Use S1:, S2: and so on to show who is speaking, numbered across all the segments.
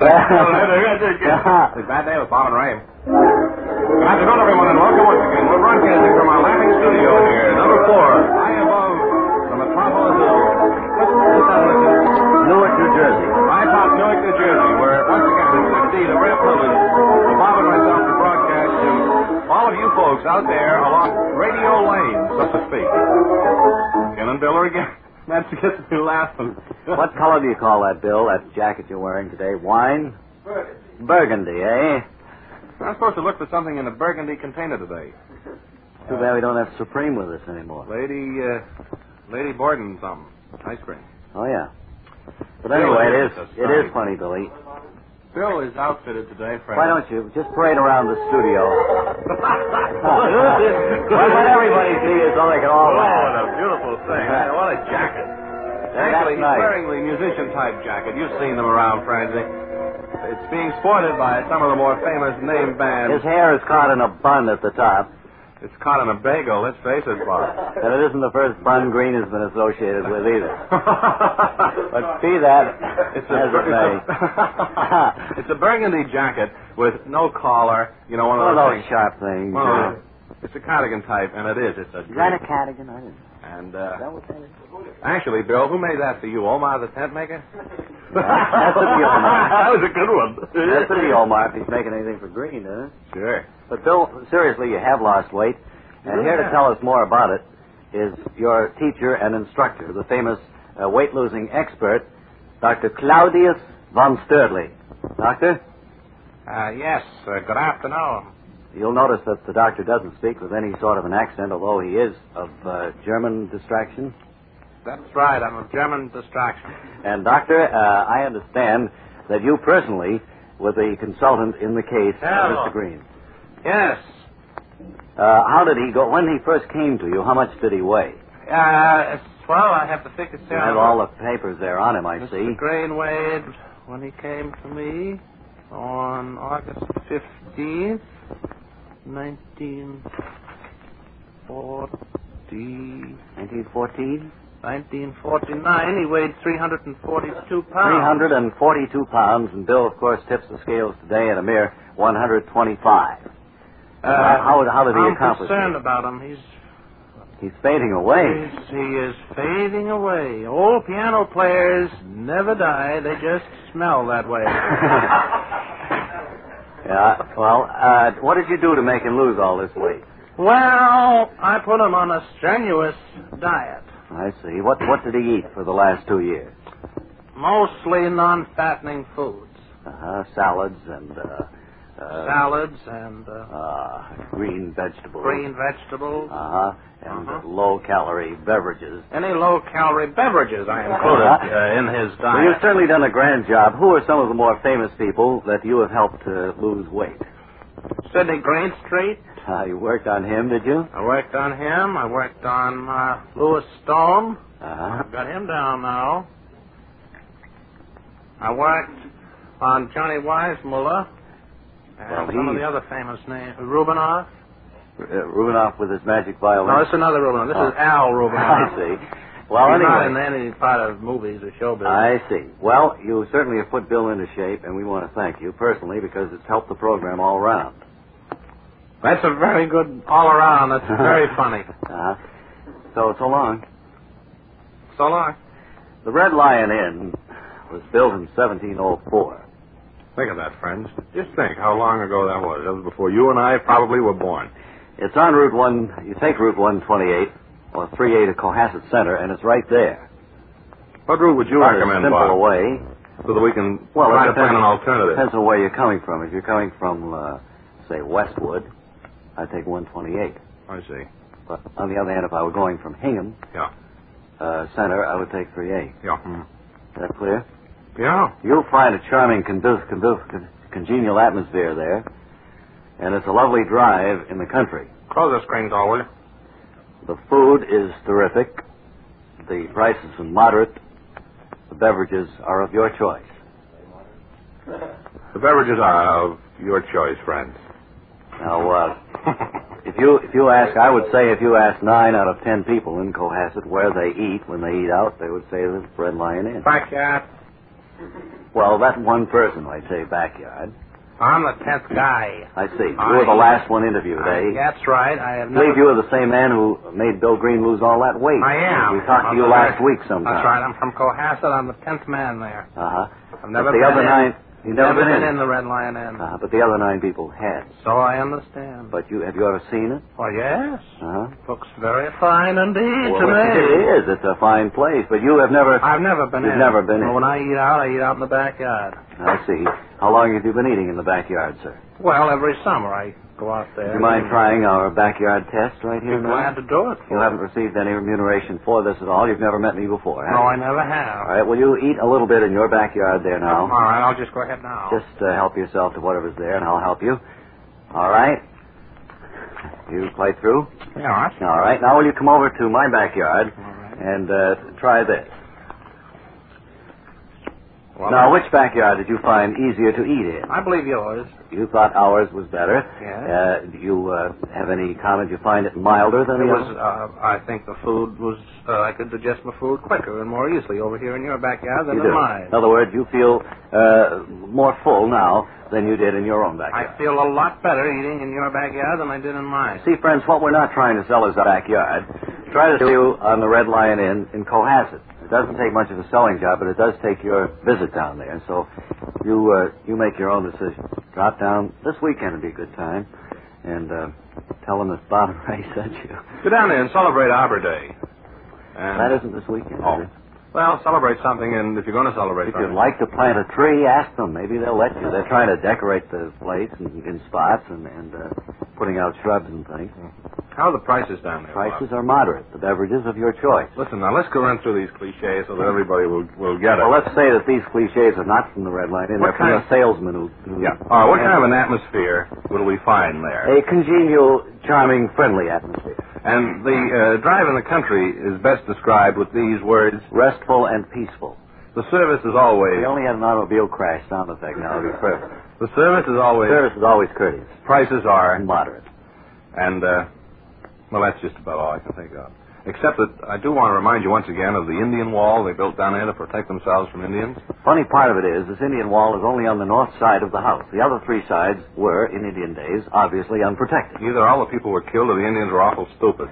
S1: it's a bad day with Bob and Ray. Glad to know everyone and welcome once again. We're broadcasting from our laughing studio here, number four, high above the metropolis of
S2: Newark, New Jersey.
S1: High Top, Newark, New Jersey, where once again it's indeed a rare privilege for Bob and myself to broadcast to all of you folks out there along radio lanes, so to speak. Ken and Bill are again. That gets me laughing.
S2: What color do you call that, Bill? That jacket you're wearing today? Wine? Burgundy. Burgundy, eh?
S1: I'm supposed to look for something in a burgundy container today.
S2: Too bad we don't have Supreme with us anymore.
S1: Lady, uh, Lady Borden,
S2: um,
S1: something. Ice cream.
S2: Oh yeah. But
S1: Bill,
S2: anyway, it
S1: it
S2: is
S1: is
S2: it
S1: funny.
S2: is funny, Billy.
S1: Bill is outfitted today, Frank.
S2: Why don't you just parade around the studio? Why
S1: Why
S2: let everybody see you so they can all
S1: Oh, what
S2: laugh?
S1: a beautiful thing.
S2: Yeah.
S1: What a jacket.
S2: that's
S1: Actually, he's
S2: nice.
S1: wearing the musician type jacket. You've seen them around, Francie. It's being sported by some of the more famous name
S2: His
S1: bands.
S2: hair is caught in a bun at the top,
S1: It's caught in a bagel, let's face it, Bob.
S2: and it isn't the first bun Green has been associated with either. But
S1: but
S2: be that
S1: It's a,
S2: as it may.
S1: it's, a, it's a burgundy jacket with no collar. You know, one
S2: One
S1: of
S2: of
S1: those
S2: those
S1: things.
S2: sharp things.
S1: One of
S2: uh,
S1: those- It's a cardigan type, and it is. It's a
S2: Is that a Cadigan? I didn't.
S1: And uh,
S2: That was that is.
S1: actually, Bill, who made that for you? Omar the tent maker?
S2: That's a deal, Omar.
S1: That was a good one.
S2: That's pretty Omar if he's making anything for Green, huh?
S1: Sure.
S2: But Bill, seriously, you have lost weight, and here to tell us more about it is your teacher and instructor, the famous uh, weight losing expert, Dr. Claudius von Sturdley. Doctor,
S1: Uh, yes. Uh, good afternoon.
S2: you'll notice that the doctor doesn't speak with any sort of an accent, although he is of uh, German distraction.
S1: That's right. I'm a German distraction.
S2: And Doctor, uh, I understand that you personally were the consultant in the case, of
S1: Hello.
S2: Mr. Green.
S1: Yes.
S2: Uh, how did he go? When he first came to you, how much did he weigh?
S1: Uh, well, I have to figure
S2: You have all the papers there on him, I see.
S1: Mr. Green weighed when he came to me on August 15th, 1940.
S2: 1914?
S1: 1949, he weighed 342 pounds.
S2: 342 pounds, and Bill, of course, tips the scales today at a mere 125. Uh, how- how did he
S1: Uh, I'm
S2: accomplish
S1: concerned
S2: it?
S1: about him. He's,
S2: He's fading away.
S1: he's- he is fading away. Old piano players never die. They just smell that way.
S2: Yeah, well, uh, what did you do to make him lose all this weight?
S1: well, I put him on a strenuous diet.
S2: I see. What what did he eat for the last two years?
S1: Mostly non-fattening foods.
S2: Uh-huh, salads and uh, uh,
S1: Salads and uh,
S2: uh, green vegetables.
S1: green vegetables.
S2: Uh-huh, and
S1: Uh-huh.
S2: low-calorie beverages.
S1: Any low-calorie beverages I
S2: Uh-huh.
S1: included uh, in his
S2: Well, you've
S1: diet.
S2: certainly done a grand job. Who are some of the more famous people that you have helped to lose weight?
S1: Sidney Greenstreet.
S2: Uh, you worked on him, did you?
S1: I worked on him. I worked on uh, Lewis Stone.
S2: Uh-huh.
S1: I've got him down now. I worked on Johnny Weissmuller and
S2: Well,
S1: some of
S2: he's-
S1: the other famous names. Rubinoff.
S2: Uh, Rubinoff with his magic violin.
S1: No, it's another Rubinoff. This is
S2: Oh.
S1: Al Rubinoff.
S2: I see. Well,
S1: He's not
S2: anyway.
S1: in any part of movies or show business.
S2: I see. Well, you certainly have put Bill into shape, and we want to thank you personally because it's helped the program all around.
S1: That's a very good all around. That's very funny.
S2: Uh-huh. So, so long.
S1: So long.
S2: The Red Lion Inn was built in 1704.
S1: Think of that, friends. Just think how long ago that was. That was before you and I probably were born.
S2: It's on Route 1. You take Route 128 or 38 to Cohasset Center, and it's right there.
S1: What route would you
S2: Not a
S1: recommend,
S2: simple
S1: Bob?
S2: way.
S1: So that we can
S2: Well,
S1: try
S2: it
S1: to plan
S2: depends,
S1: an alternative.
S2: Depends on where you're coming from. If you're coming from, uh, say, Westwood, I take 128.
S1: I see.
S2: But on the other hand, if I were going from Hingham
S1: Yeah.
S2: uh, Center, I would take 38.
S1: Yeah. Hmm.
S2: Is that clear?
S1: Yeah.
S2: You'll find a charming, conduc- conduc- con- congenial atmosphere there, and it's a lovely drive in the country.
S1: Close the screen door, will you?
S2: The food is terrific. The prices are moderate. The beverages are of your choice.
S1: The beverages are of your choice, friends.
S2: Now, uh, If you if you ask, I would say if you ask nine out of ten people in Cohasset where they eat when they eat out, they would say the Red Lion Inn.
S1: Backyard.
S2: Well, that one person, I say, backyard.
S3: I'm the tenth guy.
S2: I see.
S3: I-
S2: You were the last one interviewed, eh?
S3: That's right. I have
S2: I believe you were the same man who made Bill Green lose all that weight.
S3: I am.
S2: We talked to
S3: I'm
S2: you
S3: the
S2: last
S3: third.
S2: week sometime.
S3: That's right. I'm from Cohasset. I'm the tenth man there.
S2: Uh-huh.
S3: I've never
S2: but the
S3: been
S2: other
S3: in.
S2: nine... You've never,
S3: Never
S2: been in.
S3: the Red Lion Inn.
S2: Uh-huh. But the other nine people had.
S3: So I understand.
S2: But you have you ever seen it?
S3: Well, yes.
S2: Uh-huh.
S3: Looks very fine indeed
S2: Well,
S3: to me.
S2: it is. It's a fine place, but you have never...
S3: I've never been
S2: You've
S3: in.
S2: never been in.
S3: When I eat out, I eat out in the backyard.
S2: I see. How long have you been eating in the backyard, sir?
S3: Well, every summer I go out there.
S2: Do you mind trying our backyard test right
S3: Be
S2: here
S3: glad
S2: now?
S3: to do it.
S2: You haven't received any remuneration for this at all. You've never met me before, have
S3: No, I
S2: you?
S3: never
S2: All
S3: have.
S2: right, will you eat a little bit in your backyard there
S3: All
S2: now?
S3: right, I'll just go ahead now.
S2: Just uh, help yourself to whatever's there, and I'll help you. All right? You quite through?
S3: Yeah, all right.
S2: All right, now will you come over to my backyard
S3: All right.
S2: and uh, try this?
S3: Well,
S2: now, which backyard did you find easier to eat in?
S3: I believe yours.
S2: You thought ours was better.
S3: Yeah.
S2: Uh, do you uh, have any comment? You find it milder than the
S3: It was,
S2: other?
S3: uh, I think the food was, uh, I could digest my food quicker and more easily over here in your backyard than
S2: You
S3: in
S2: do.
S3: mine.
S2: In other words, you feel uh, more full now than you did in your own backyard.
S3: I feel a lot better eating in your backyard than I did in mine.
S2: See, friends, what we're not trying to sell is our backyard. Try to do you on the Red Lion Inn in Cohasset. It doesn't take much of a selling job, but it does take your visit down there. So you uh, you make your own decision. Drop down this weekend would be a good time, and uh, tell them that Bob and Ray sent you.
S1: Go down there and celebrate Arbor Day. And,
S2: That isn't this weekend. is
S1: Oh.
S2: it?
S1: Well, celebrate something, and if you're going to celebrate
S2: If you'd
S1: something.
S2: like to plant a tree, ask them. Maybe they'll let you. They're trying to decorate the place in, in spots and, and uh, putting out shrubs and things.
S1: Mm-hmm. How are the prices down there? Bob?
S2: Prices are moderate. The beverages of your choice.
S1: Listen, now let's go run through these cliches so that everybody will, will get it.
S2: Well, let's say that these cliches are not from the Red Light Inn.
S1: What
S2: They're from
S1: kind
S2: the salesman who. who
S1: yeah. All right, what kind of an atmosphere will we find there?
S2: A congenial, charming, friendly atmosphere.
S1: And the uh, drive in the country is best described with these words.
S2: Restful and peaceful.
S1: The service is
S2: We
S1: always
S2: only had an automobile crash sound effect now. It'd be perfect.
S1: the service is always
S2: Service is always courteous
S1: prices are
S2: and moderate.
S1: and uh, well that's just about all I can think of. Except that I do want to remind you once again of the Indian wall they built down there to protect themselves from Indians.
S2: Funny part of it is, this Indian wall is only on the north side of the house. The other three sides were, in Indian days, obviously unprotected.
S1: Either all the people were killed or the Indians were awful stupid.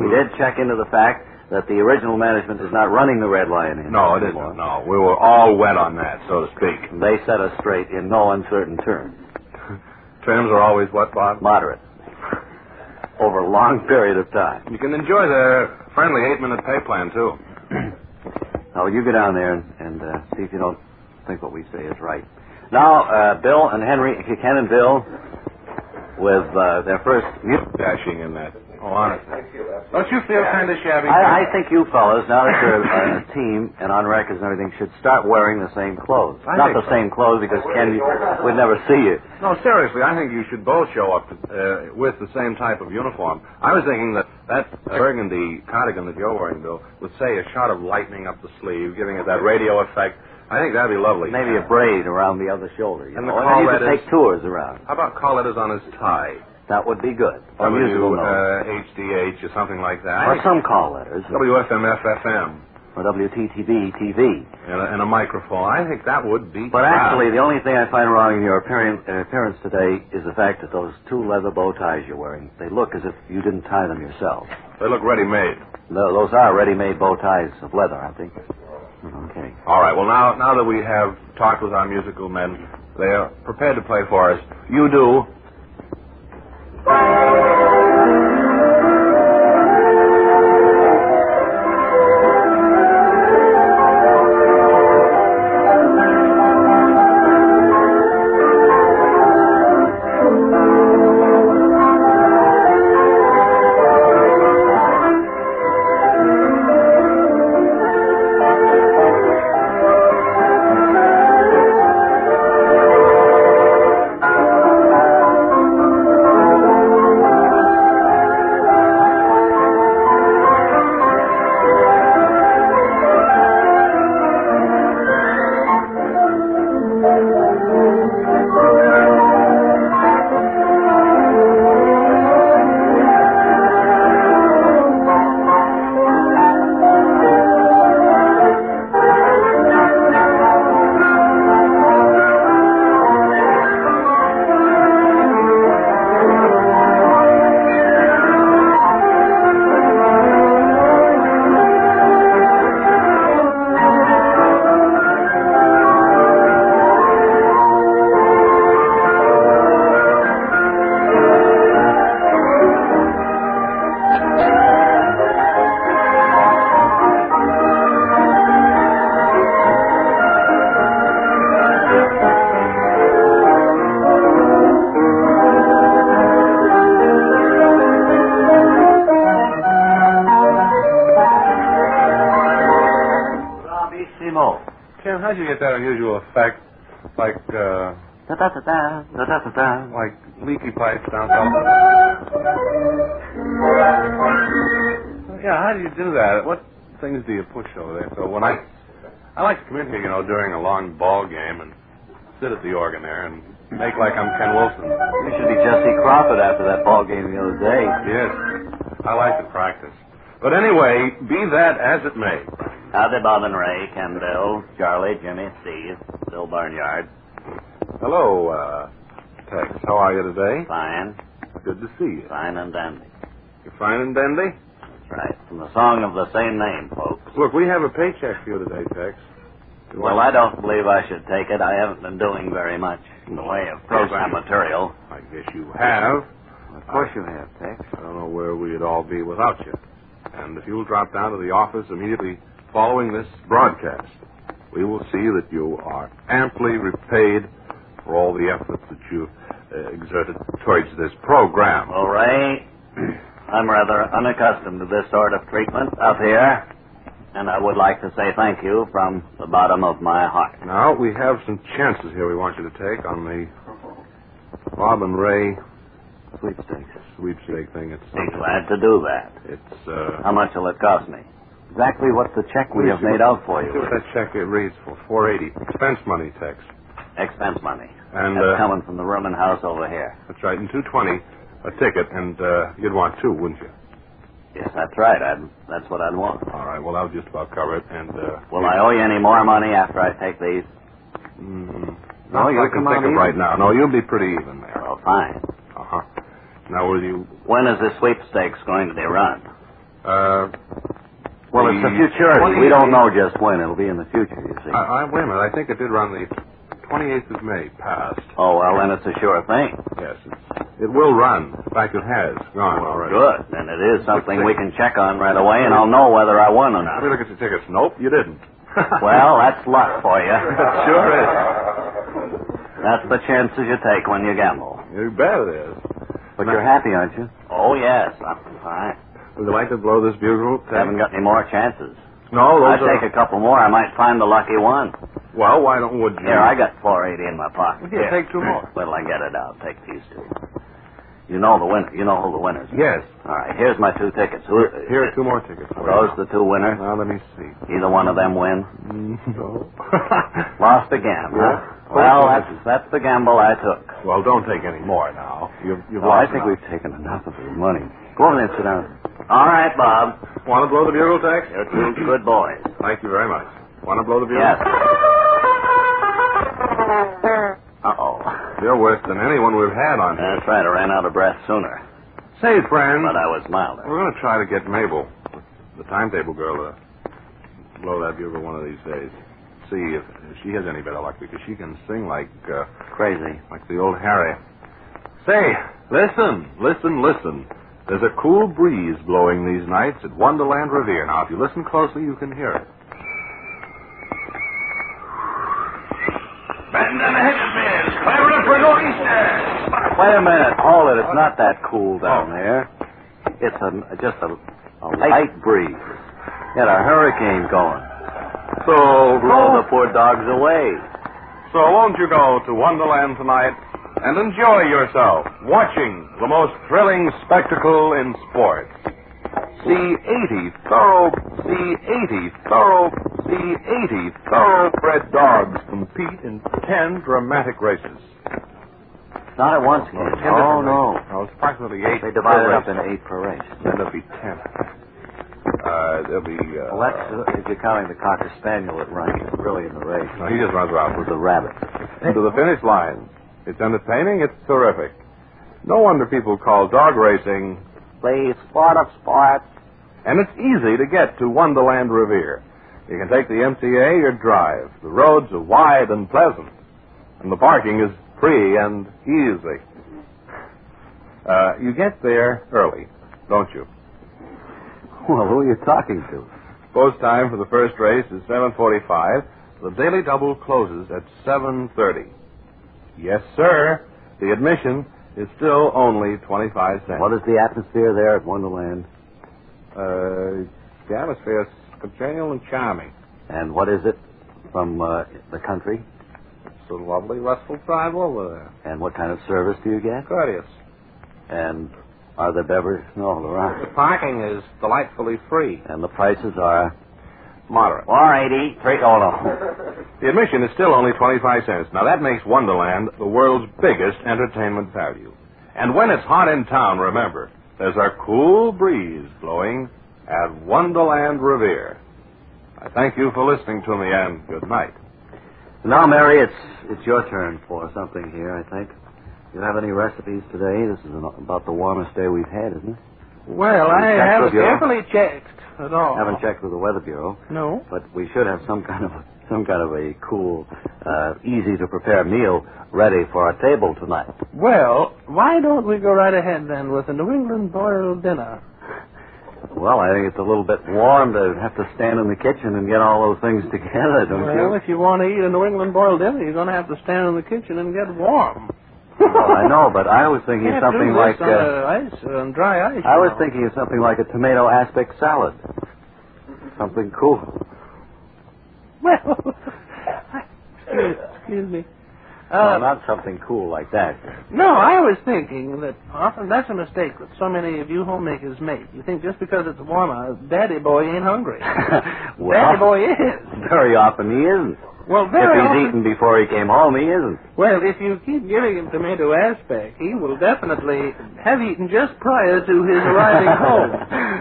S2: We did check into the fact that the original management is not running the Red Lion Inn.
S1: No, it
S2: anymore.
S1: isn't. No, we were all wet on that, so to speak.
S2: They set us straight in no uncertain terms.
S1: Terms are always what, Bob?
S2: Moderate. Over a long period of time.
S1: You can enjoy their friendly eight-minute pay plan too.
S2: Now, you go down there and, and uh, see if you don't think what we say is right. Now, uh, Bill and Henry, Ken and Bill, with uh, their first music
S1: Dashing in that. Oh, honest. Don't you feel kind of shabby?
S2: I, I think you fellows, now that you're on a team and on records and everything, should start wearing the same clothes.
S1: I
S2: Not
S1: think
S2: the
S1: so.
S2: same clothes because Ken would never see you.
S1: No, seriously, I think you should both show up uh, with the same type of uniform. I was thinking that that burgundy cardigan that you're wearing, Bill, would say a shot of lightning up the sleeve, giving it that radio effect. I think that'd be lovely.
S2: Maybe a braid around the other shoulder. You
S1: And
S2: know, and
S1: the
S2: then you
S1: call
S2: could
S1: letters.
S2: take tours around.
S1: How about call letters on his tie?
S2: That would be good. Or
S1: W
S2: musical notes.
S1: uh, HDH or something like that.
S2: or some call letters.
S1: WFMFFM
S2: Or WTTB TV.
S1: and a, and a microphone. I think that would be.
S2: But
S1: fab.
S2: actually, the only thing I find wrong in your appearance, uh, appearance today is the fact that those two leather bow ties you're wearing, they look as if you didn't tie them yourself.
S1: they look ready-made.
S2: Tho- Those are ready-made bow ties of leather, I think. Okay.
S1: All right. Well, now now that we have talked with our musical men, they are prepared to play for us. You do.
S4: Thank
S1: How'd you get that unusual effect? Like, uh,
S2: Da da da da da da da da.
S1: like leaky pipes down top. Yeah, how do you do that? What things do you push over there? So when I, I like to come in here, you know, during a long ball game and sit at the organ there and make like I'm Ken Wilson.
S2: You should be Jesse Crawford after that ball game the other day.
S1: Yes, I like to practice. But anyway, be that as it may.
S2: Howdy, Bob and Ray, Ken Bill, Charlie, Jimmy, Steve, Bill Barnyard.
S1: Hello, uh, Tex. How are you today?
S2: Fine,
S1: Good to see you.
S2: fine and dandy.
S1: You fine and dandy?
S2: That's right. From the song of the same name, folks.
S1: Look, we have a paycheck for you today, Tex.
S2: Well, I don't believe I should take it. I haven't been doing very much in the way of program material.
S1: I guess you have.
S2: Of
S1: course
S2: you have, Tex.
S1: I don't know where we'd all be without you. And if you'll drop down to the office immediately following this broadcast, we will see that you are amply repaid for all the effort that you've uh, exerted towards this program.
S2: Well, Ray, I'm rather unaccustomed to this sort of treatment up here, and I would like to say thank you from the bottom of my heart.
S1: Now, we have some chances here we want you to take on the Bob and Ray
S2: Sweepstakes.
S1: sweepstake thing. It's
S2: Be glad to do that.
S1: It's, uh...
S2: How much will it cost me? Exactly what the check we have made out for
S1: See what
S2: you.
S1: that check it reads for, 480 Expense money, Tex.
S2: Expense money.
S1: And,
S2: That's
S1: uh...
S2: coming from the room and house over here.
S1: That's right, and 220 a ticket, and uh, you'd want two, wouldn't you?
S2: Yes, that's right. I'd, that's what I'd want.
S1: All right, well, I'll just about cover it, and... Uh,
S2: Will I owe you any more money after I take these?
S1: Mm,
S2: No,
S1: not
S2: you'll
S1: that I can
S2: come out
S1: think of
S2: even.
S1: right now. No, you'll be pretty even there.
S2: Well, fine.
S1: Uh-huh. Now, will you...
S2: When is the sweepstakes going to be run?
S1: Uh,
S2: Well,
S1: The-
S2: it's a futurity.
S1: Well,
S2: We
S1: you-
S2: don't know just when. It'll be in the future, you see.
S1: I, I, wait a minute, I think it did run the 28th of May past.
S2: Oh, well, then it's a sure thing.
S1: Yes, it's, it will run. In fact, it has gone already.
S2: Good. Then it is something we can check on right away, and I'i'll know whether I won or not.
S1: Let me look at the tickets. Nope, you didn't.
S2: Well, that's luck for you.
S1: sure is.
S2: That's the chances you take when you gamble.
S1: You bet it is.
S2: But you're happy, aren't you? Oh, yes. I'm fine.
S1: Would you like to blow this bugle? Tex?
S2: Haven't got any more chances.
S1: No,
S2: I
S1: those are...
S2: take a couple more, I might find the lucky one.
S1: Well, why don't would you?
S2: Here, I got 480 in my pocket.
S1: Yeah, Mm-hmm. take two more.
S2: Well, I get it. I'll take these two. You know the winner. You know who the winners are.
S1: Yes.
S2: All right, here's my two tickets. Who,
S1: Here Uh-huh. are two more tickets.
S2: Are
S1: for you.
S2: those the two winners?
S1: Now let me see.
S2: Either one of them win?
S1: No.
S2: Lost again, huh?
S1: Yeah.
S2: Well, that's, that's the gamble I took.
S1: well, don't take any more now. You've, you've
S2: Well, I think we've taken enough of your money. Go over there and sit down. All right, Bob.
S1: Want to blow the bugle, Tex?
S2: You're two good boys.
S1: Thank you very much. Want to blow the bugle?
S2: Yes. Uh-oh.
S1: You're worse than anyone we've had on here.
S2: That's right. I ran out of breath sooner,
S1: Say, friend,
S2: but uh, I was milder.
S1: we're going to try to get Mabel, the timetable girl, to blow that bugle one of these days. See if she has any better luck because she can sing like uh,
S2: Crazy.
S1: like the old Harry. Say, listen, listen, listen. There's a cool breeze blowing these nights at Wonderland Revere. Now, if you listen closely, you can hear it. Bend them hedges, clever for northeaster.
S2: Wait a minute. Hold it. It's not that cool down there. It's a, just a, a light breeze. Got a hurricane going.
S1: So,
S2: Blow the poor dogs away.
S1: so won't you go to Wonderland tonight and enjoy yourself watching the most thrilling spectacle in sports? C80 thorough, C80 thorough, C80 thoroughbred dogs compete in 10 dramatic races.
S2: Not at once, Ken. Oh, no.
S1: It's approximately 8.
S2: They divided
S1: per
S2: up
S1: race.
S2: into eight per race.
S1: Then there'll be 10. Uh, there'll be. Uh,
S2: Well, that's uh, if you're counting the cocker spaniel that runs really in the race.
S1: no, he just runs around
S2: With the rabbit.
S1: to the finish line. It's entertaining, it's terrific. No wonder people call dog racing
S2: Please, sport of sports.
S1: And it's easy to get to Wonderland Revere. You can take the MTA or drive. The roads are wide and pleasant. And the parking is free and easy. Uh, you get there early, don't you?
S2: Well, who are you talking to?
S1: Post time for the first race is 7.45. The daily double closes at 7.30. Yes, sir. The admission is still only 25 cents.
S2: What is the atmosphere there at Wonderland?
S1: Uh, the atmosphere is congenial and charming.
S2: And what is it? from uh, the country?
S3: It's a lovely, restful drive over there.
S2: And what kind of service do you get?
S3: Courteous.
S2: And are the beverages all
S3: The
S2: around?
S3: parking is delightfully free.
S2: And the prices are
S1: Moderate.
S2: four eighty three. Oh no,
S1: The admission is still only 25 cents. Now, that makes Wonderland the world's biggest entertainment value. And when it's hot in town, remember, there's a cool breeze blowing at Wonderland Revere. I thank you for listening to me, and good night.
S2: now Mary, it's it's your turn for something here. I think. Do you have any recipes today? This is an, about the warmest day we've had, isn't it?
S3: Well,
S2: I Check haven't with your- carefully
S3: checked at all.
S2: Haven't checked with the weather bureau,
S3: No.
S2: but we should have some kind of some kind of a cool, uh, easy to prepare meal ready for our table tonight.
S3: Well, why don't we go right ahead then with a New England boiled dinner?
S2: Well, I think it's a little bit warm to have to stand in the kitchen and get all those things together, don't you?
S3: Well, if you want to eat a New England boiled dinner, you're going to have to stand in the kitchen and get warm.
S2: Well, I know, but I was thinking
S3: Can't
S2: something
S3: do
S2: like
S3: this
S2: uh,
S3: on, uh, ice, on dry ice.
S2: I
S3: you
S2: was
S3: know.
S2: thinking of something like a tomato aspic salad. Something cool.
S3: Well, excuse, excuse me.
S2: well,
S3: Uh,
S2: not something cool like that.
S3: no, I was thinking that often that's a mistake that so many of you homemakers make. You think just because it's warmer, Daddy Boy ain't hungry. Daddy
S2: well,
S3: Boy is.
S2: very often he isn't.
S3: Well,
S2: If
S3: very
S2: he's
S3: often.
S2: eaten before he came home, he isn't.
S3: Well, if you keep giving him tomato aspic, he will definitely have eaten just prior to his arriving home.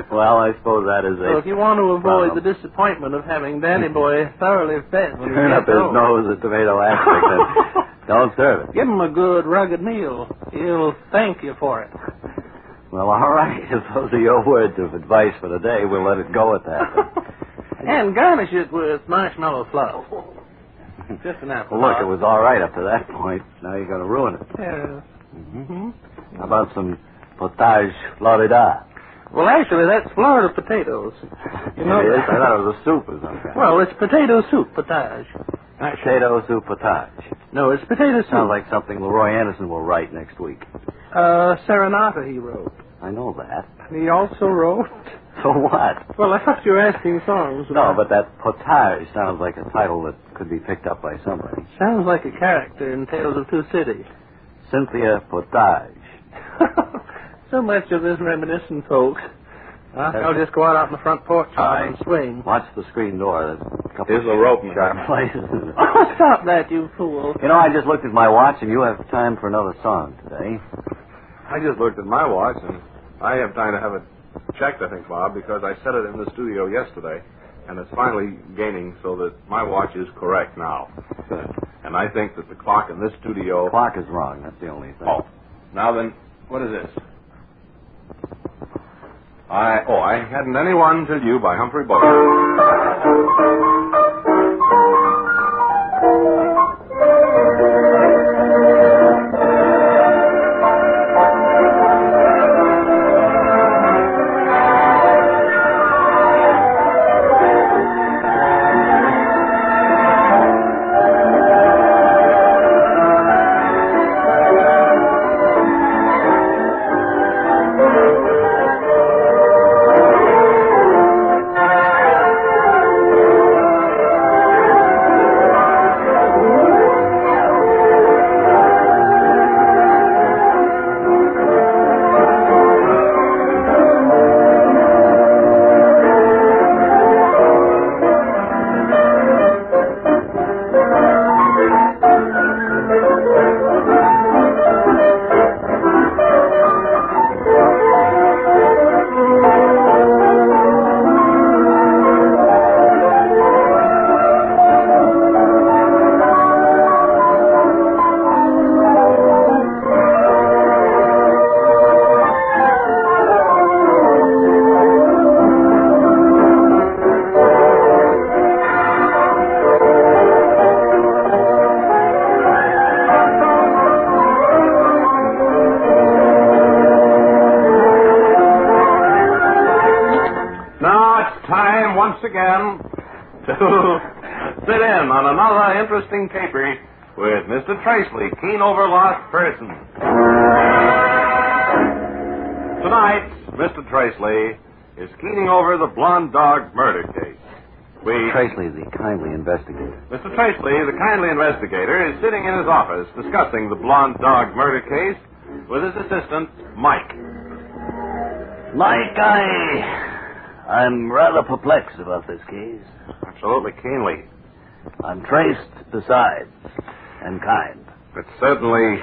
S2: well, I suppose that is
S3: So if
S2: a
S3: you want to avoid
S2: Problem.
S3: the disappointment of having Daddy Boy thoroughly fed when he
S2: turn up
S3: gets
S2: his
S3: home,
S2: nose at tomato aspic. Then don't serve it.
S3: give him a good rugged meal. He'll thank you for it.
S2: Well, all right. If those are your words of advice for the day, we'll let it go at that.
S3: and garnish it with marshmallow fluff. Just an apple.
S2: Well, look, it was all right up to that point. Now you're going to ruin it.
S3: Yeah.
S2: Mm-hmm.
S3: Mm-hmm.
S2: How about some potage Florida?
S3: Well, actually, that's Florida potatoes. You know
S2: it is. I
S3: that.
S2: thought it was a soup or some kind.
S3: Well, it's potato soup potage.
S2: potato soup potage.
S3: No, it's potato soup.
S2: Sounds like something Leroy Anderson will write next week.
S3: Uh, Serenata he wrote.
S2: I know that.
S3: He also wrote.
S2: So what?
S3: Well, I thought you were asking songs.
S2: No, but that potage sounds like a title that could be picked up by somebody.
S3: sounds like a character in Tales of Two Cities.
S2: Cynthia Potage.
S3: so much of this reminiscent, folks. Uh, I'll just go out on the front porch
S2: Aye.
S3: and swing.
S2: Watch the screen door. There's a couple
S1: Here's
S2: of
S1: the rope, man.
S2: sharp places.
S3: Oh, stop that, you fool!
S2: You know, I just looked at my watch, and you have time for another song today.
S1: I just looked at my watch, and I have time to have it checked, I think, Bob, because I set it in the studio yesterday, and it's finally gaining so that my watch is correct now. And I think that the clock in this
S2: The
S1: studio.
S2: clock is wrong. That's the only thing.
S1: Oh, now then, what is this? I oh, I hadn't anyone till you by Humphrey Bogart. Now it's time once again to sit in on another interesting caper with Mr. Traceley, keen over lost person. Tonight, Mr. Traceley is keening over the blonde dog murder case. We.
S2: Traceley, the kindly investigator.
S1: Mr. Traceley, the kindly investigator, is sitting in his office discussing the blonde dog murder case with his assistant, Mike.
S2: Mike, I. I'm rather perplexed about this case.
S1: Absolutely keenly.
S2: I'm traced, besides, and kind.
S1: It's certainly.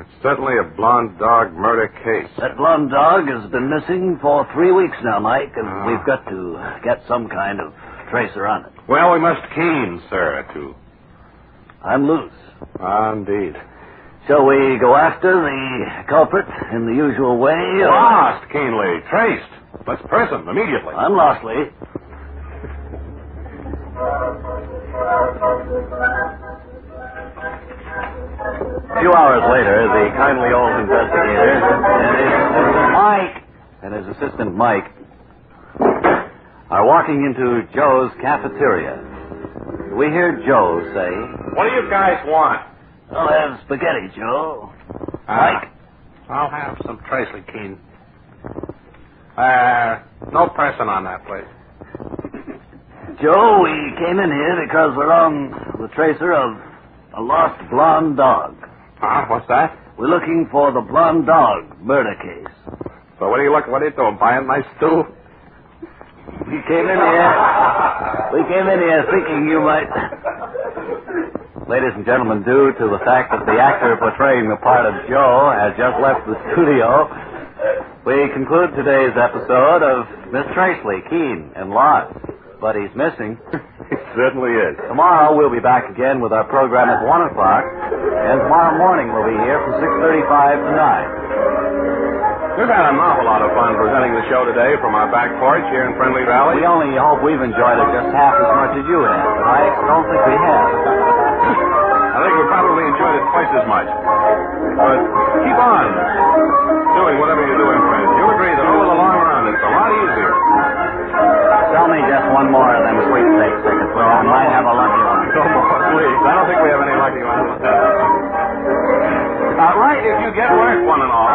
S1: It's certainly a blonde dog murder case.
S2: That blonde dog has been missing for three weeks now, Mike, and
S1: Ah.
S2: we've got to get some kind of tracer on it.
S1: Well, we must keen, sir, to.
S2: I'm loose.
S1: Ah, indeed.
S2: Shall we go after the culprit in the usual way? or-
S1: Lost, keenly. Traced. Let's press him immediately.
S2: I'm lost, Lee. A few hours later, the kindly old investigator and his assistant Mike and his assistant Mike are walking into Joe's cafeteria. We hear Joe say,
S1: What do you guys want?
S2: I'll have spaghetti, Joe. Mike?
S1: Ah. I'll have some Tracy Keen. Uh, no person on that, please.
S2: Joe, we came in here because we're on the tracer of a lost blonde dog.
S1: Huh? What's that?
S2: We're looking for the blonde dog murder case.
S1: So what are you looking? What are you doing? Buying my stew?
S2: We came in here. We came in here thinking you might. Ladies and gentlemen, due to the fact that the actor portraying the part of Joe has just left the studio, we conclude today's episode of Miss Traceley, Keen, and Lost. But he's missing.
S1: It certainly is.
S2: Tomorrow we'll be back again with our program at 1 o'clock, and tomorrow morning we'll be here from 6.35 to 9.
S1: We've had a novel lot of fun presenting the show today from our back porch here in Friendly Valley.
S2: We only hope we've enjoyed it just half as much as you have, but I don't think we have.
S1: I think we probably enjoyed it twice as much. But keep on doing whatever you're doing, friends. You'll agree that over the long run, it's a lot easier.
S2: Tell me just one more of them sweepstakes tickets, so I might have a lucky one.
S1: No more, please. I don't think we have any lucky ones. Uh, right, if you get work, one and all,